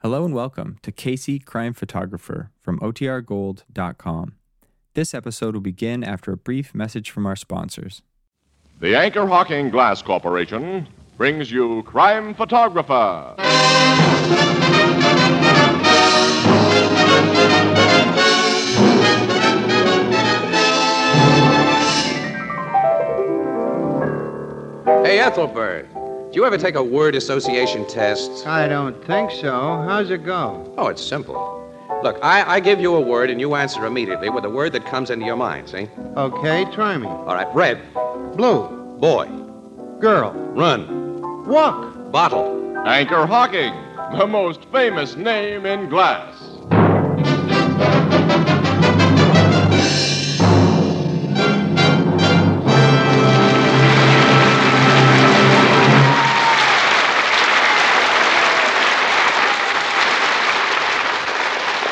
Hello and welcome to Casey Crime Photographer from OTRGold.com. This episode will begin after a brief message from our sponsors. The Anchor Hawking Glass Corporation brings you Crime Photographer. Hey, Ethelbert, do you ever take a word association test? I don't think so. How's it go? Oh, it's simple. Look, I, I give you a word and you answer immediately with a word that comes into your mind, see? Okay, try me. All right, red, Blue, boy, girl, run, walk. bottle. Anchor Hawking, the most famous name in glass.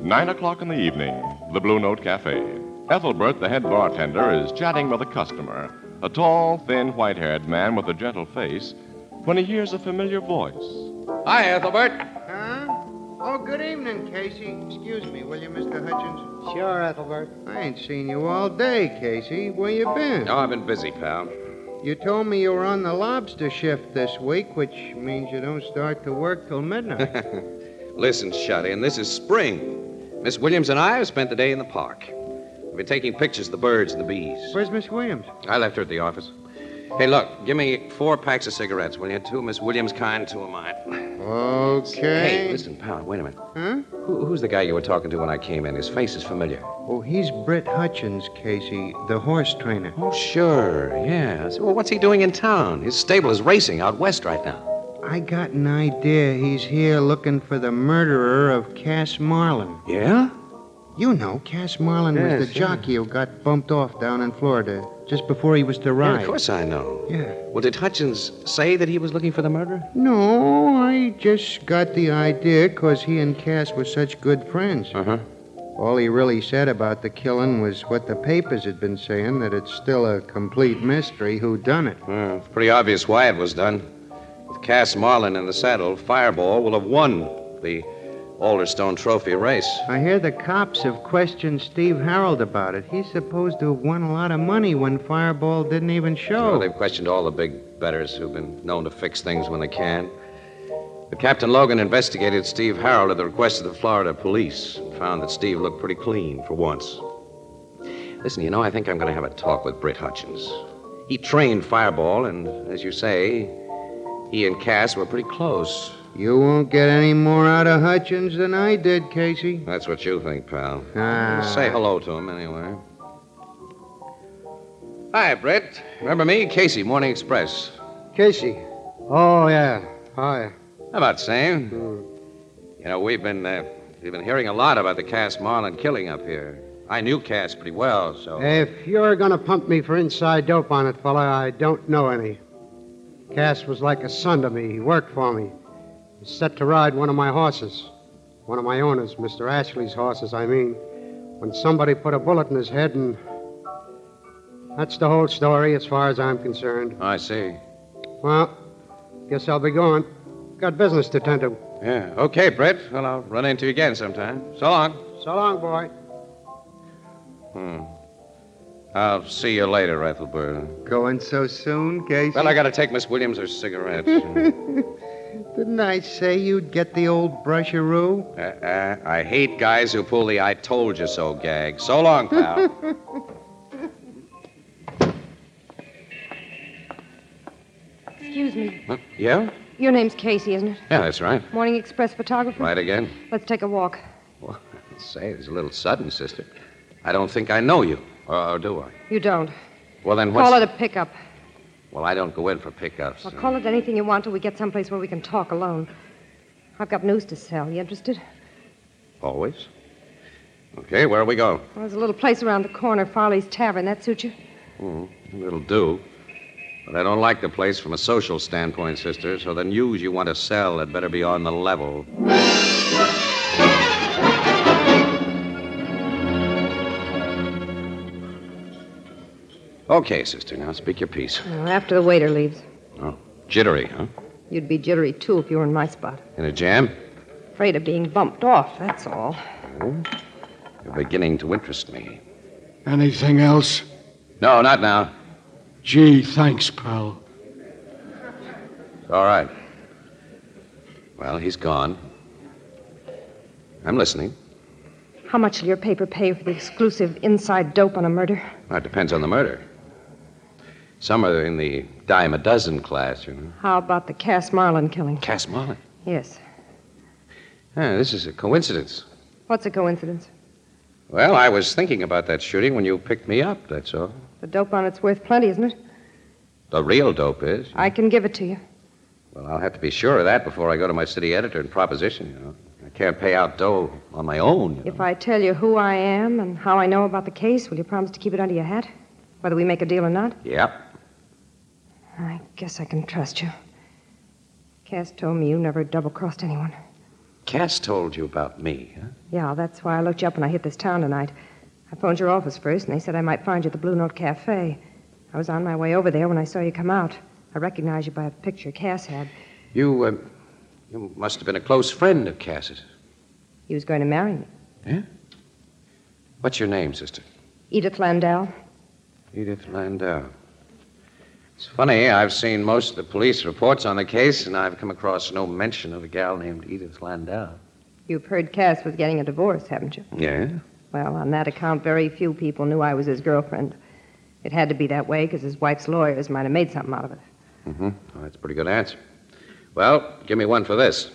Nine o'clock in the evening, the Blue Note Cafe. Ethelbert, the head bartender, is chatting with a customer, a tall, thin, white haired man with a gentle face, when he hears a familiar voice. Hi, Ethelbert. Huh? Oh, good evening, Casey. Excuse me, will you, Mr. Hutchins? Sure, Ethelbert. I ain't seen you all day, Casey. Where you been? Oh, I've been busy, pal. You told me you were on the lobster shift this week, which means you don't start to work till midnight. Listen, Shuddy, and this is spring. Miss Williams and I have spent the day in the park. We've been taking pictures of the birds and the bees. Where's Miss Williams? I left her at the office. Hey, look, give me four packs of cigarettes, will you? Two Miss Williams' kind, two of mine. Hey, Okay. listen, pal, wait a minute. Huh? Who, who's the guy you were talking to when I came in? His face is familiar. Oh, he's Britt Hutchins, Casey, the horse trainer. Oh, sure, yeah. So, well, what's he doing in town? His stable is racing out west right now. I got an idea he's here looking for the murderer of Cass Marlin. Yeah? You know, Cass Marlin was Yes, the yeah. jockey who got bumped off down in Florida just before he was to Yeah, ride. Of course I know. Yeah. Well, did Hutchins say that he was looking for the murderer? No, I just got the idea 'cause he and Cass were such good friends. huh. All he really said about the killing was what the papers had been saying that it's still a complete mystery who done it. Well, it's pretty obvious why it was done. With Cass Marlin in the saddle, Fireball will have won the Alderstone Trophy race. I hear the cops have questioned Steve Harold about it. He's supposed to have won a lot of money when Fireball didn't even Well, show. they've questioned all the big betters who've been known to fix things when they can. But Captain Logan investigated Steve Harold at the request of the Florida police and found that Steve looked pretty clean for once. Listen, you know, I think I'm going to have a talk with Britt Hutchins. He trained Fireball, and as you say, he and Cass were pretty close. You won't get any more out of Hutchins than I did, Casey. That's what you think, pal. Ah. Say hello to him anyway. Hi, Britt. Remember me? Casey, Morning Express. Casey. Oh, yeah. Hi. How About same. You know, we've been uh, we've been hearing a lot about the Cass Marlin killing up here. I knew Cass pretty well, so If you're going to pump me for inside dope on it, fella, I don't know any. Cass was like a son to me. He worked for me. He set to ride one of my horses. One of my owners, Mr. Ashley's horses, I mean. When somebody put a bullet in his head and. That's the whole story as far as I'm concerned. Oh, I see. Well, guess I'll be going. Got business to tend to. Yeah. Okay, Britt. Well, I'll run into you again sometime. So long. Hmm. So long, boy. I'll see you later, Ethelbert. Going so soon, Casey? Well, I gotta take Miss Williams her cigarettes. uh, Didn't I say you'd get the old brusheroo? uh, I hate guys who pull the "I told you so" gag. So long, pal. Excuse me. Huh? yeah. Your name's Casey, isn't it? Yeah, that's right. Morning Express photographer? Right again. Let's take a walk. Well, I'd say it's a little sudden, sister. I don't think I know you, or, or Uh, do I? You don't. Well, then what's Call it a pickup. Well, I don't go in for pickups. Well, call it anything you want till we get someplace where we can talk alone. I've got news to sell. You interested? Always. Okay, where we go? Well, there's a little place around the corner, Farley's Tavern. That suit you? Hmm, it'll do. But I don't like the place from a social standpoint, sister, so the news you want to sell had better be on the level. Okay, sister, now speak your piece. Well, after the waiter leaves. Oh, jittery, huh? You'd be jittery, too, if you were in my spot. In a jam? Afraid of being bumped off, that's all. Hmm? You're beginning to interest me. Anything else? No, not now. Gee, thanks, pal. All right. Well, he's gone. I'm listening. How much will your paper pay for the exclusive inside dope on a murder? Well, it depends on the murder. Some are in the dime a dozen class, you know. How about the Cass Marlin killing? Cass Marlin. Yes. Ah, this is a coincidence. What's a coincidence? Well, I was thinking about that shooting when you picked me up, that's all. The dope on it's worth plenty, isn't it? The real dope is. I can give it to you. Well, I'll have to be sure of that before I go to my city editor and proposition, you know. I can't pay out dough on my own. You know. If I tell you who I am and how I know about the case, will you promise to keep it under your hat? Whether we make a deal or not? Yep. I guess I can trust you. Cass told me you never double crossed anyone. Cass told you about me, huh? Yeah, that's why I looked you up when I hit this town tonight. I phoned your office first, and they said I might find you at the Blue Note Cafe. I was on my way over there when I saw you come out. I recognized you by a picture Cass had. You, um, you must have been a close friend of Cass's. He was going to marry me. What's your name, sister? Edith Landau. Edith Landau. It's funny, I've seen most of the police reports on the case, and I've come across no mention of a gal named Edith Landau. You've heard Cass was getting a divorce, haven't you? Yeah? Well, on that account, very few people knew I was his girlfriend. It had to be that way because his wife's lawyers might have made something out of it. Mm-hmm. that's a pretty good answer. Well, give me one for this.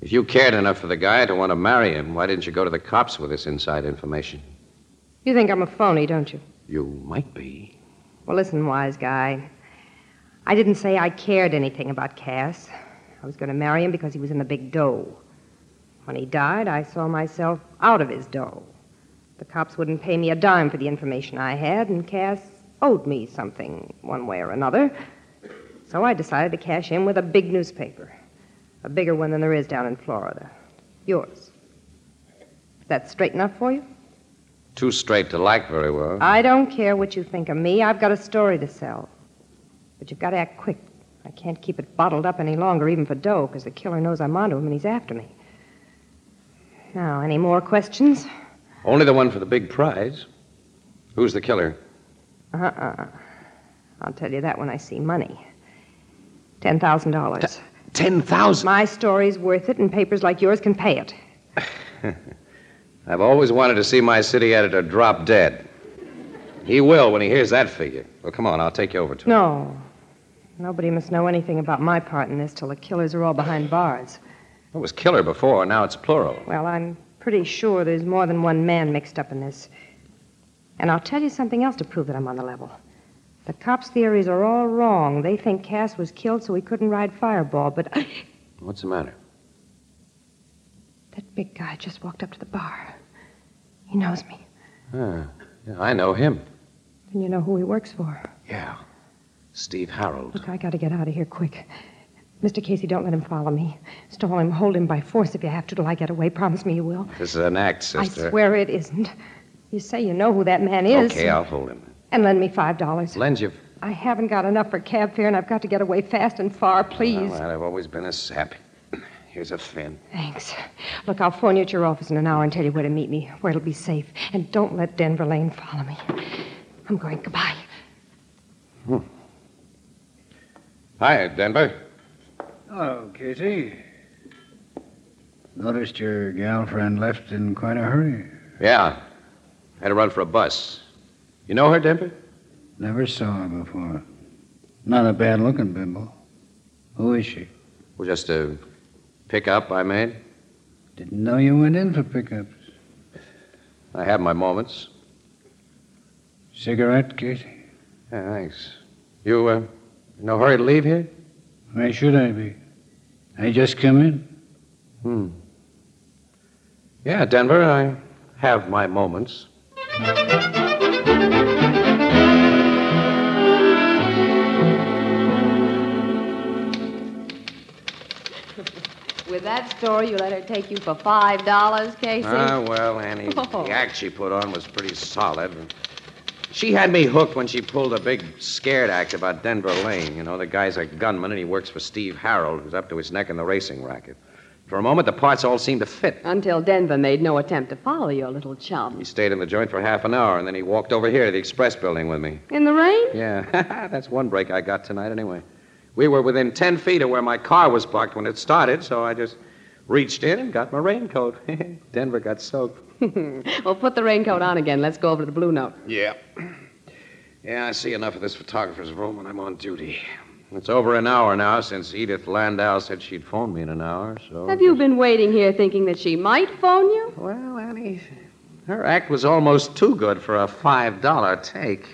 If you cared enough for the guy to want to marry him, why didn't you go to the cops with this inside information? You think I'm a phony, don't you? You might be. Well, listen, wise guy. I didn't say I cared anything about Cass. I was going to marry him because he was in the big dough. When he died, I saw myself out of his dough. The cops wouldn't pay me a dime for the information I had, and Cass owed me something, one way or another. So I decided to cash in with a big newspaper, a bigger one than there is down in Florida. Yours. That's straight enough for you? Too straight to like very well. I don't care what you think of me. I've got a story to sell. But you've got to act quick. I can't keep it bottled up any longer, even for Doe, because the killer knows I'm onto him and he's after me. Now, any more questions? Only the one for the big prize. Who's the killer? Uh uh I'll tell you that when I see money. Ten thousand dollars. Ten thousand. My story's worth it, and papers like yours can pay it. I've always wanted to see my city editor drop dead. He will when he hears that figure. Well, come on, I'll take you over to him. No. Nobody must know anything about my part in this till the killers are all behind bars. It was killer before, now it's plural. Well, I'm pretty sure there's more than one man mixed up in this. And I'll tell you something else to prove that I'm on the level. The cops' theories are all wrong. They think Cass was killed so he couldn't ride Fireball, but that What's the matter? big guy just walked up to the bar. He knows me. Ah, yeah, I know him. And you know who he works for. Yeah. Steve Harold. Look, I gotta get out of here quick. Mr. Casey, don't let him follow me. Stall him, hold him by force if you have to till I get away. Promise me you will. This is an act, sister. I swear it isn't. You say you know who that man is. Okay, I'll hold him. And lend me five dollars. Lend you. I haven't got enough for cab fare, and I've got to get away fast and far. Please. Well, I've always been a sap. Here's a fin. Thanks. Look, I'll phone you at your office in an hour and tell you where to meet me, where it'll be safe. And don't let Denver Lane follow me. I'm going. Goodbye. Hmm. Hi, Denver. Hello, Casey. Oh, Noticed your gal friend left in quite a hurry. Yeah. Had to run for a bus. You know her, Denver? Never saw her before. Not a bad looking bimbo. Who is she? Well, just a pickup I made. Didn't know you went in for pickups. I have my moments. Cigarette, Casey? Yeah, thanks. You, uh, in no hurry to leave here? Why should I be? I just come in. Hmm. Yeah, Denver, I have my moments. With that story, you let her take you for five dollars, Casey. Ah, well, Annie, Oh. the act she put on was pretty solid. She had me hooked when she pulled a big scared act about Denver Lane. You know, the guy's a gunman and he works for Steve Harold, who's up to his neck in the racing racket. For a moment, the parts all seemed to fit. Until Denver made no attempt to follow your little He chum. stayed in the joint for half an hour, and then he walked over here to the express building with me. In the rain? Yeah, that's one break I got tonight, anyway. We were within 10 feet of where my car was parked when it started, so I just reached in and got my raincoat. Denver got soaked. well, put the raincoat on again. Let's go over to the Blue Note. Yeah. Yeah, I see enough of this photographer's room when I'm on duty. It's over an hour now since Edith Landau said she'd phone me in an hour, so. Have you been waiting here thinking that she might phone you? Well, Annie, her act was almost too good for a $5 take.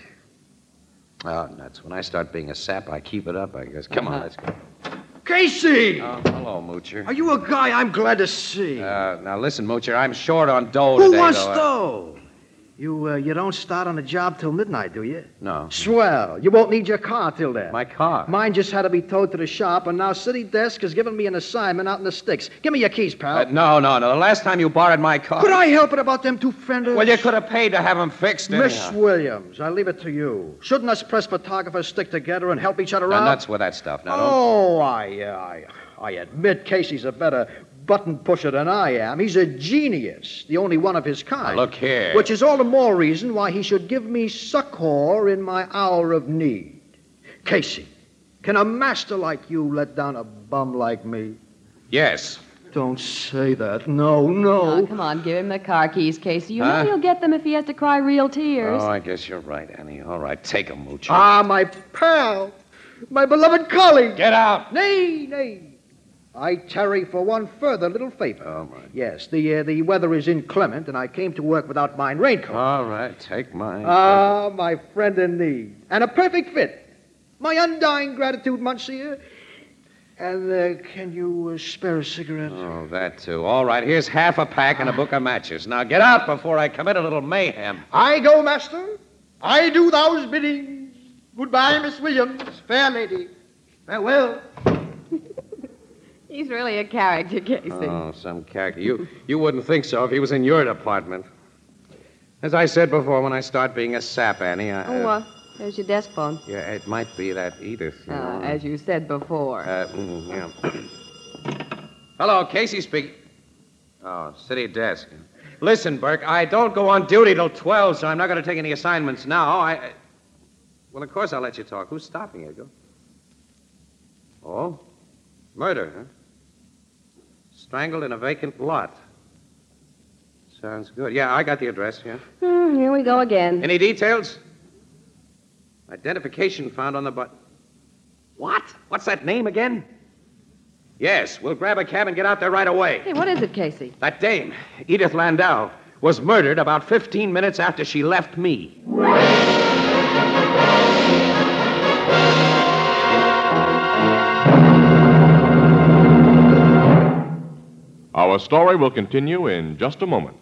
Oh, nuts. When I start being a sap, I keep it up, I guess. Come on, let's go. Casey! Oh, hello, Moocher. Are you a guy I'm glad to see? Uh, now listen, Moocher, I'm short on dough Who today. wants though. uh, dough? You, uh, you don't start on the job till midnight, do you? No. Swell. You won't need your car till then. My car. Mine just had to be towed to the shop, and now City Desk has given me an assignment out in the sticks. Give me your keys, pal. Uh, no, no, no. The last time you borrowed my car. could I help it about them two fenders? Well, you could have paid to have them fixed. Miss anyhow. Williams, I leave it to you. Shouldn't us press photographers stick together and help each other Now, out? nuts with that stuff. Now, don't. oh, I, I, I admit Casey's a better button pusher than I am. He's a genius, the only one of his kind. Look here. Which is all the more reason why he should give me succor in my hour of need. Casey, can a master like you let down a bum like me? Yes. Don't say that. Oh, No, no. come on, give him the car keys, Casey. You Huh? know he'll get them if he has to cry real tears. Oh, I guess you're right, Annie. All right, take them, Moocher. Ah, my pal, my beloved colleague. Get out. Nay, nay. I tarry for one further little favor. Oh, my. Yes, the uh, the weather is inclement, and I came to work without mine raincoat. All right, take mine. Ah, my friend in need, and a perfect fit. My undying gratitude, Monsieur. And uh, can you uh, spare a cigarette? Oh, that too. All right, here's half a pack and a book of matches. Now get out before I commit a little mayhem. I go, master. I do those biddings. Goodbye, Miss Williams, fair lady. Farewell. He's really a character, Casey. Oh, some character. You you wouldn't think so if he was in your department. As I said before, when I start being a sap, Annie, I, oh, uh, there's your desk phone. yeah, it might be that Edith. You Uh, know. as you said before. Uh, mm, yeah. Hello, Casey speaking. Oh, city desk. Listen, Burke, I don't go on duty till 12, so I'm not going to take any assignments now. I. I- Well, of course I'll let you talk. Who's stopping you? Go. Oh? Murder, huh? Strangled in a vacant lot. Sounds good. Yeah, I got the address, yeah. Hmm, here we go again. Any details? Identification found on the button. What? What's that name again? Yes, we'll grab a cab and get out there right away. Hey, what is it, Casey? That dame, Edith Landau, was murdered about 15 minutes after she left me. Our story will continue in just a moment.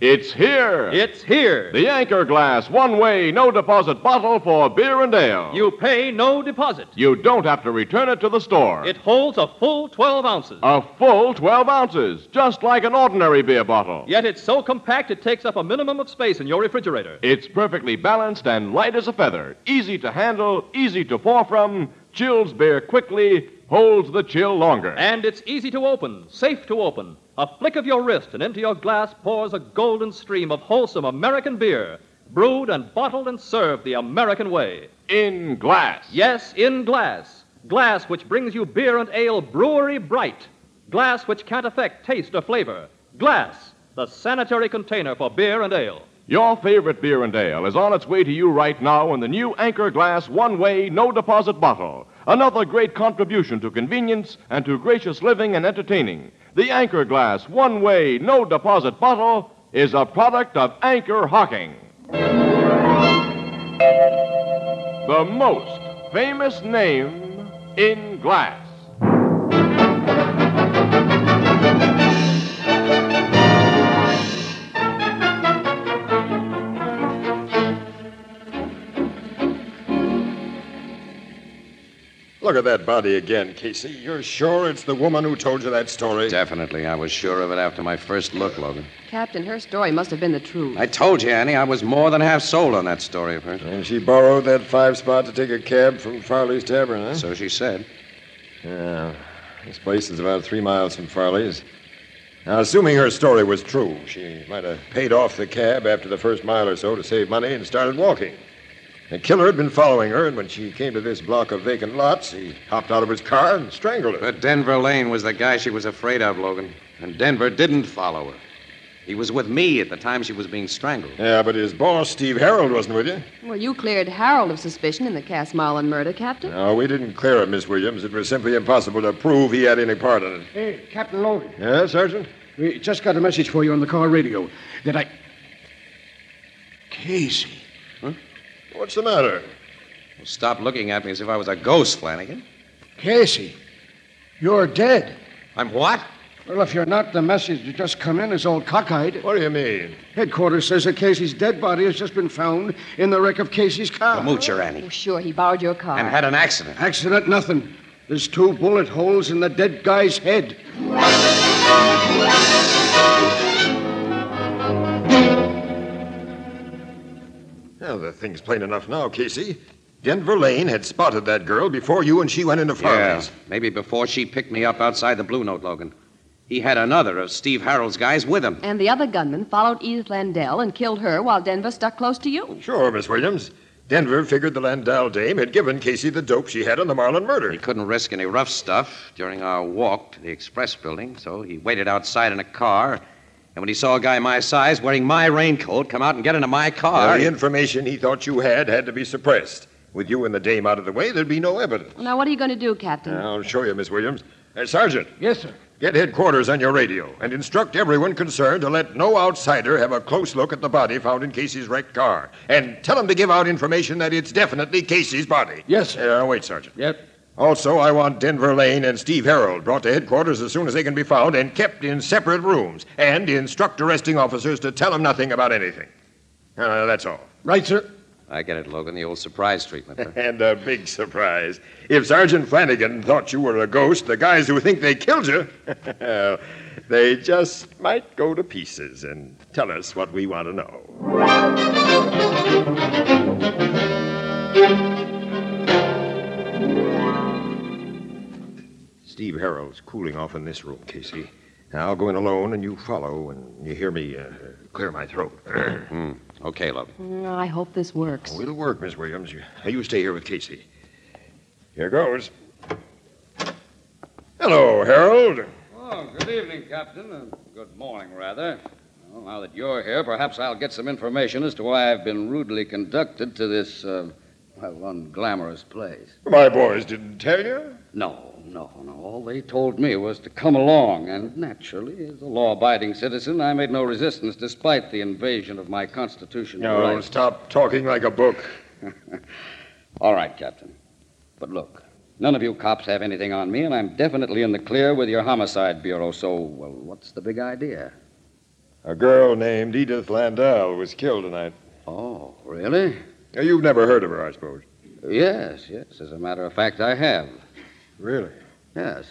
It's here! It's here. The Anchor Glass One Way No Deposit Bottle for Beer and Ale. You pay no deposit. You don't have to return it to the store. It holds a full 12 ounces. A full 12 ounces, just like an ordinary beer bottle. Yet it's so compact it takes up a minimum of space in your refrigerator. It's perfectly balanced and light as a feather. Easy to handle, easy to pour from, chills beer quickly, holds the chill longer. And it's easy to open, safe to open. A flick of your wrist, and into your glass pours a golden stream of wholesome American beer, brewed and bottled and served the American way. in glass. Yes, in glass. Glass which brings you beer and ale brewery bright. Glass which can't affect taste or flavor. Glass, the sanitary container for beer and ale. Your favorite beer and ale is on its way to you right now in the new Anchor Glass One Way No Deposit Bottle. Another great contribution to convenience and to gracious living and entertaining. The Anchor Glass One Way No Deposit Bottle is a product of Anchor Hawking. the most famous name in glass. Look at that body again, Casey. You're sure it's the woman who told you that story? Definitely. I was sure of it after my first look, Logan. Captain, her story must have been the truth. I told you, Annie, I was more than half sold on that story of hers. And she borrowed that five spot to take a cab from Farley's Tavern, huh? So she said. Yeah. This place is about three miles from Farley's. Now, assuming her story was true, she might have paid off the cab after the first mile or so to save money and started walking. The killer had been following her, and when she came to this block of vacant lots, he hopped out of his car and strangled her. But Denver Lane was the guy she was afraid of, Logan. And Denver didn't follow her. He was with me at the time she was being strangled. Yeah, but his boss, Steve Harold, wasn't with you. Well, you cleared Harold of suspicion in the Cass Marlin murder, Captain. No, we didn't clear him, Miss Williams. It was simply impossible to prove he had any part in it. Hey, Captain Logan. Yes, Sergeant? We just got a message for you on the car radio that I. Casey. What's the matter? Well, stop looking at me as if I was a ghost, Flanagan. Casey, you're dead. I'm what? Well, if you're not, the message that just come in is all cockeyed. What do you mean? Headquarters says that Casey's dead body has just been found in the wreck of Casey's car. Well, mooch her, Annie. Oh, sure, he borrowed your car. And had an accident. Accident, nothing. There's two bullet holes in the dead guy's head. Oh, Well, the thing's plain enough now, Casey. Denver Lane had spotted that girl before you and she went into Farley's. Yeah, maybe before she picked me up outside the Blue Note, Logan. He had another of Steve Harold's guys with him. And the other gunman followed Edith Landell and killed her while Denver stuck close to you. Sure, Miss Williams. Denver figured the Landau dame had given Casey the dope she had on the Marlin murder. He couldn't risk any rough stuff during our walk to the express building, so he waited outside in a car and when he saw a guy my size wearing my raincoat come out and get into my car. Well, the information he thought you had had to be suppressed. With you and the dame out of the way, there'd be no evidence. Now, what are you going to do, Captain? I'll show you, Miss Williams. Uh, Sergeant. Yes, sir. Get headquarters on your radio and instruct everyone concerned to let no outsider have a close look at the body found in Casey's wrecked car. And tell them to give out information that it's definitely Casey's body. Yes, sir. Uh, wait, Sergeant. Yep. Also, I want Denver Lane and Steve Harold brought to headquarters as soon as they can be found and kept in separate rooms. And instruct arresting officers to tell them nothing about anything. Uh, that's all. Right, sir. I get it, Logan. The old surprise treatment. Huh? and a big surprise. If Sergeant Flanagan thought you were a ghost, the guys who think they killed you, they just might go to pieces and tell us what we want to know. Steve Harrell's cooling off in this room, Casey. Now I'll go in alone, and you follow, and you hear me uh, clear my throat. Hmm. mm. Okay, love. Mm, I hope this works. Oh, it'll work, Miss Williams. You, you stay here with Casey. Here goes. Hello, Harold. Oh, good evening, Captain. Uh, good morning, rather. Well, now that you're here, perhaps I'll get some information as to why I've been rudely conducted to this, uh, well, unglamorous place. My boys didn't tell you? No, no, no. All they told me was to come along, and naturally, as a law abiding citizen, I made no resistance despite the invasion of my constitutional no, rights. stop talking like a book. All right, Captain. But look, none of you cops have anything on me, and I'm definitely in the clear with your homicide bureau, so, well, what's the big idea? A girl named Edith Landau was killed tonight. Oh, really? You've never heard of her, I suppose. Yes, yes. As a matter of fact, I have. Really? Yes.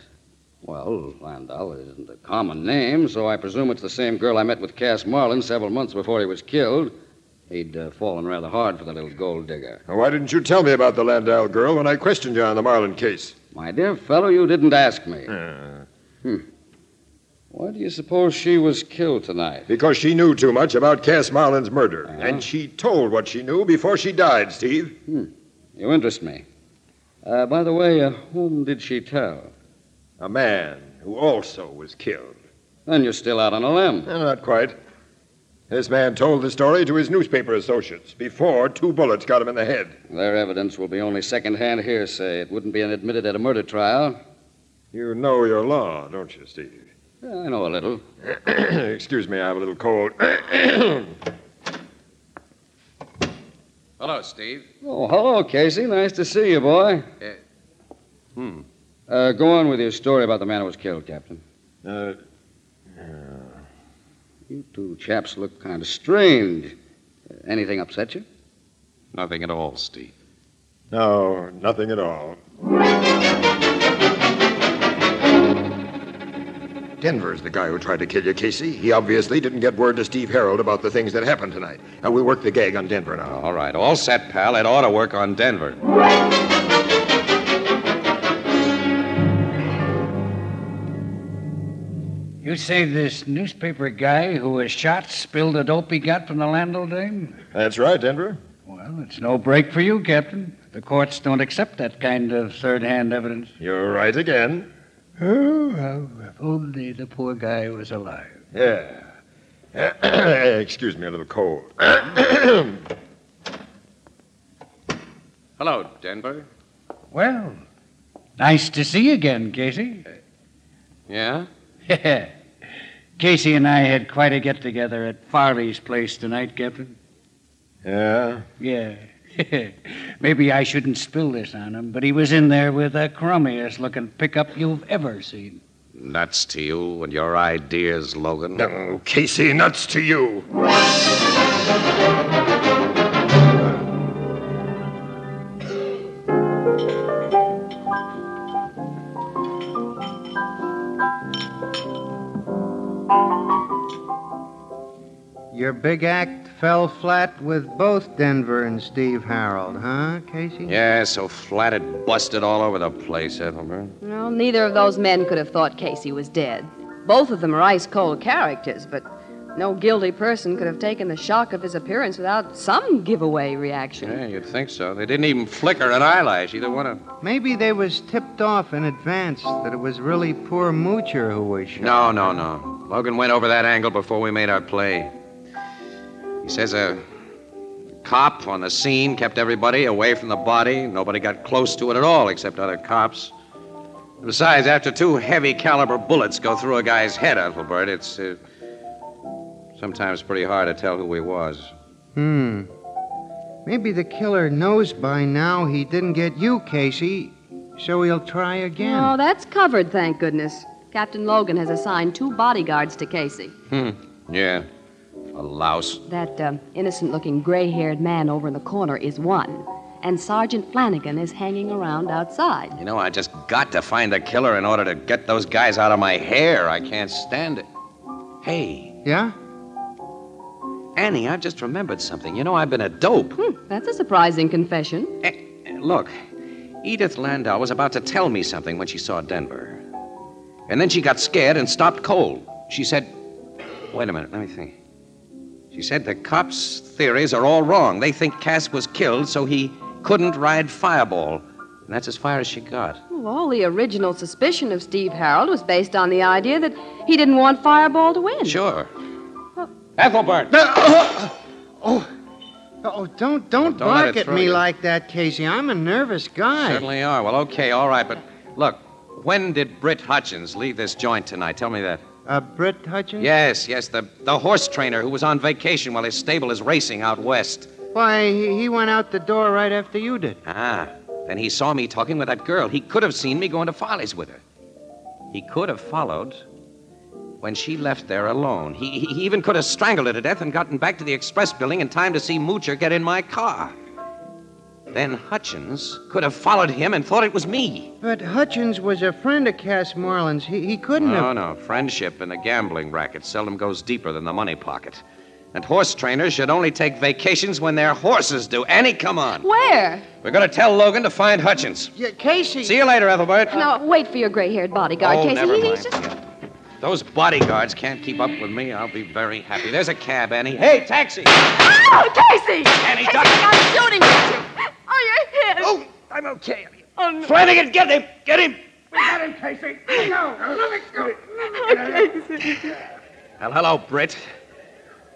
Well, Landau isn't a common name, so I presume it's the same girl I met with Cass Marlin several months before he was killed. He'd uh, fallen rather hard for the little gold digger. Why didn't you tell me about the Landau girl when I questioned you on the Marlin case? My dear fellow, you didn't ask me. Uh. Hmm. Why do you suppose she was killed tonight? Because she knew too much about Cass Marlin's murder, uh-huh. and she told what she knew before she died, Steve. Hmm. You interest me. Uh, by the way, uh, whom did she tell? A man who also was killed. Then you're still out on a limb. No, not quite. This man told the story to his newspaper associates before two bullets got him in the head. Their evidence will be only secondhand hearsay. It wouldn't be admitted at a murder trial. You know your law, don't you, Steve? Yeah, I know a little. Excuse me, I have a little cold. Hello, Hello, Steve. Oh, hello, Casey. Nice to see you, boy. Uh, Hmm. Uh, go on with your story about the man who was killed, Captain. Uh, You two chaps look kind of strained. Uh, anything upset you? Nothing at all, Steve. No, nothing at all. Denver's the guy who tried to kill you, Casey. He obviously didn't get word to Steve Harold about the things that happened tonight. And we worked the gag on Denver now. All right, all set, pal. It ought to work on Denver. You say this newspaper guy who was shot spilled the dope he got from the landlord dame? That's right, Denver. Well, it's no break for you, Captain. The courts don't accept that kind of third hand evidence. You're right again. Oh, oh, if only the poor guy was alive. Yeah. Excuse me, a little cold. Hello, Hello, Denver. Well, nice to see you again, Casey. Yeah? Yeah. Casey and I had quite a get together at Farley's place tonight, Captain. Yeah? Yeah. Maybe I shouldn't spill this on him, but he was in there with the crummiest looking pickup you've ever seen. Nuts to you and your ideas, Logan. No, Casey, nuts to you. Your big act fell flat with both Denver and Steve Harold, huh, Casey? Yeah, so flat it busted all over the place, Ethelbert. Well, neither of those men could have thought Casey was dead. Both of them are ice cold characters, but no guilty person could have taken the shock of his appearance without some giveaway reaction. Yeah, you'd think so. They didn't even flicker an eyelash, either one of them. Maybe they was tipped off in advance that it was really poor Moocher who was shot. No, no, no. Logan went over that angle before we made our play. He says a cop on the scene kept everybody away from the body. Nobody got close to it at all except other cops. Besides, after two heavy caliber bullets go through a guy's head, Ethelbert, it's uh, sometimes pretty hard to tell who he was. Hmm. Maybe the killer knows by now he didn't get you, Casey, so he'll try again. Oh, that's covered, thank goodness. Captain Logan has assigned two bodyguards to Casey. Hmm. Yeah. A louse. That uh, innocent looking gray haired man over in the corner is one, and Sergeant Flanagan is hanging around outside. You know, I just got to find the killer in order to get those guys out of my hair. I can't stand it. Hey, Yeah? Annie, I've just remembered something. You know, I've been a dope. That's a surprising confession. Eh. Look, Edith Landau was about to tell me something when she saw Denver. And then she got scared and stopped cold. She said, Wait a minute, let me think. She said the cops' theories are all wrong. They think Cass was killed so he couldn't ride Fireball. And that's as far as she got. Well, all the original suspicion of Steve Harold was based on the idea that he didn't want Fireball to win. Sure. Ethelbert! uh-huh. Oh, don't don't, Don't let bark it at throw me you. like that, Casey. I'm a nervous guy. Certainly are. Well, okay, all right, but look, when did Britt Hutchins leave this joint tonight? Tell me that. Uh, Britt Hutchins? Yes, yes, the, the horse trainer who was on vacation while his stable is racing out west. Why, he he went out the door right after you did. Ah, then he saw me talking with that girl. He could have seen me going to Follies with her. He could have followed when she left there alone. He, he he even could have strangled her to death and gotten back to the express building in time to see Moocher get in my car. Then Hutchins could have followed him and thought it was me. But Hutchins was a friend of Cass Marlin's. He, he couldn't Oh, No, have. no. Friendship in a gambling racket seldom goes deeper than the money pocket. And horse trainers should only take vacations when their horses do. Annie, come on. Where? We're going to tell Logan to find Hutchins. Yeah, Casey. See you later, Ethelbert. No, wait for your gray haired bodyguard, Oh, Casey. never He- mind. he's just- Those bodyguards can't keep up with me. I'll be very happy. There's a cab, Annie. Hey, taxi! Oh, Casey! Annie, duck! I'm shooting at you! Oh, you're hit! Oh, I'm okay. Oh, no. Flanagan, get him! Get him! We got him, Casey! No! Let me go! Oh, Casey! Well, hello, Britt.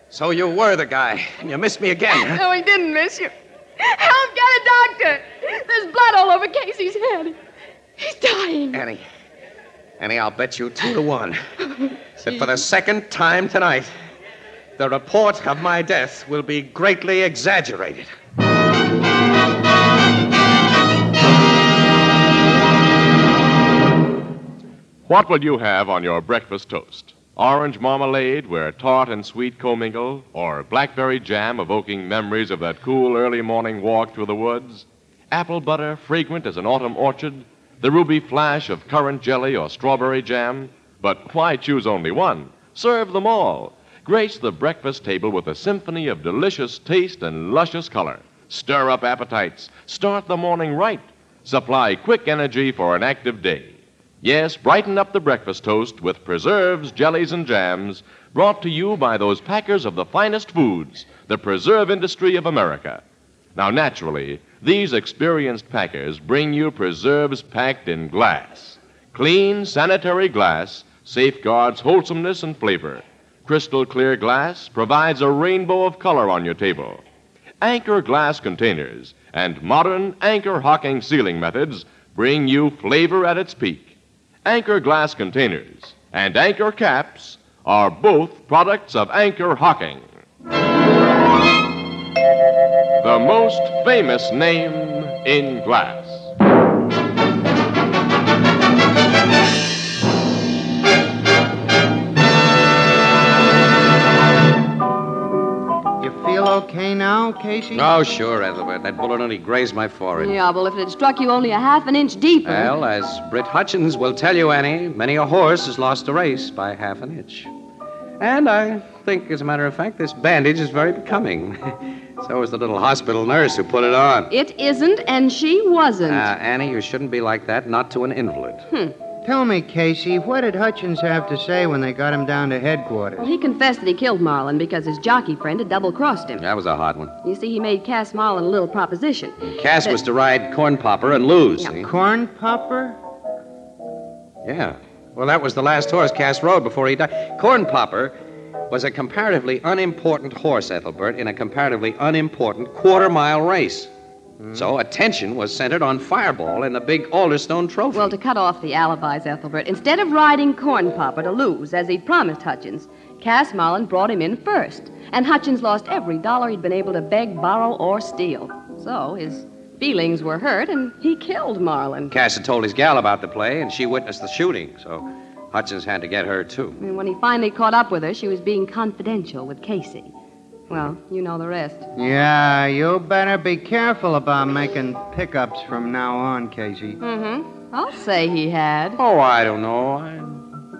So you were the guy, and you missed me again. huh? No, he didn't miss you. Help, get a doctor! There's blood all over Casey's head. He's dying. Annie. Annie, I'll bet you two to one that for the second time tonight, the report of my death will be greatly exaggerated. What will you have on your breakfast toast? Orange marmalade, where tart and sweet commingle, or blackberry jam evoking memories of that cool early morning walk through the woods? Apple butter, fragrant as an autumn orchard, the ruby flash of currant jelly or strawberry jam? But why choose only one? Serve them all. Grace the breakfast table with a symphony of delicious taste and luscious color. Stir up appetites. Start the morning right. Supply quick energy for an active day. Yes, brighten up the breakfast toast with preserves, jellies, and jams brought to you by those packers of the finest foods, the preserve industry of America. Now, naturally, these experienced packers bring you preserves packed in glass. Clean, sanitary glass safeguards wholesomeness and flavor. Crystal clear glass provides a rainbow of color on your table. Anchor glass containers and modern anchor hocking sealing methods bring you flavor at its peak. Anchor glass containers and anchor caps are both products of anchor hocking. The most famous name in glass. You feel okay now, Casey? Oh, sure, Ethelbert. That bullet only grazed my forehead. Yeah, well, if it had struck you only a half an inch deeper. Well, as Britt Hutchins will tell you, Annie, many a horse has lost a race by half an inch. And I think, as a matter of fact, this bandage is very becoming. so is the little hospital nurse who put it on. It isn't, and she Uh, wasn't. Annie, you shouldn't be like that, not to an invalid. hmm. Tell me, Casey, what did Hutchins have to say when they got him down to headquarters? Well, he confessed that he killed Marlin because his jockey friend had double crossed him. That was a hot one. You see, he made Cass Marlin a little proposition. Cass But- was to ride Corn Popper and lose. see? Corn popper? Yeah. Well, that was the last horse Cass rode before he died. Corn Popper was a comparatively unimportant horse, Ethelbert, in a comparatively unimportant quarter mile race. So attention was centered on Fireball and the big Alderstone trophy. Well, to cut off the alibis, Ethelbert, instead of riding Corn Popper to lose, as he'd promised Hutchins, Cass Marlin brought him in first, and Hutchins lost every dollar he'd been able to beg, borrow, or steal. So his feelings were hurt, and he killed Marlin. Cass had told his gal about the play, and she witnessed the shooting, so Hutchins had to get her, too. And when he finally caught up with her, she was being confidential with Casey. Well, you know the rest. Yeah, you better be careful about making pickups from now on, Casey. Mm-hmm. I'll say he had. Oh, I don't know.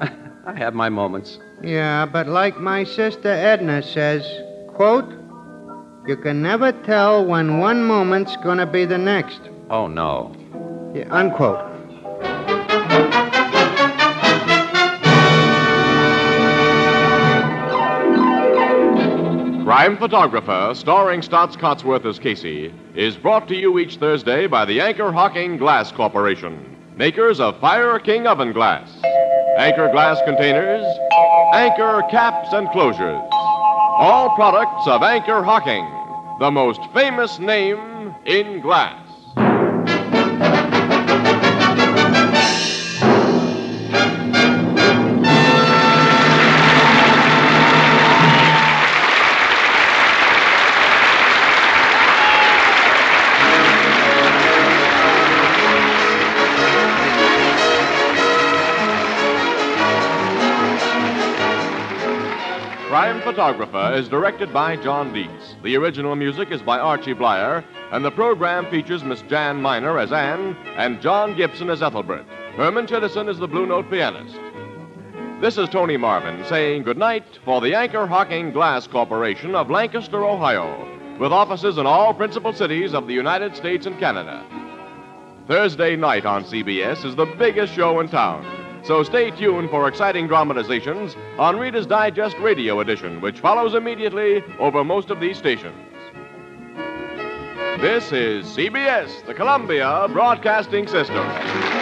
I, I have my moments. Yeah, but like my sister Edna says, quote, you can never tell when one moment's gonna be the next. Oh, no. Yeah, unquote. Crime Photographer, starring Stotts Cotsworth as Casey, is brought to you each Thursday by the Anchor Hocking Glass Corporation, makers of Fire King Oven Glass, Anchor Glass Containers, Anchor Caps and Closures. All products of Anchor Hocking, the most famous name in glass. Crime Photographer is directed by John Dietz. The original music is by Archie Blyer, and the program features Miss Jan Miner as Anne and John Gibson as Ethelbert. Herman Chittison is the Blue Note pianist. This is Tony Marvin saying goodnight for the Anchor Hocking Glass Corporation of Lancaster, Ohio, with offices in all principal cities of the United States and Canada. Thursday night on CBS is the biggest show in town. So stay tuned for exciting dramatizations on Reader's Digest Radio Edition, which follows immediately over most of these stations. This is CBS, the Columbia Broadcasting System.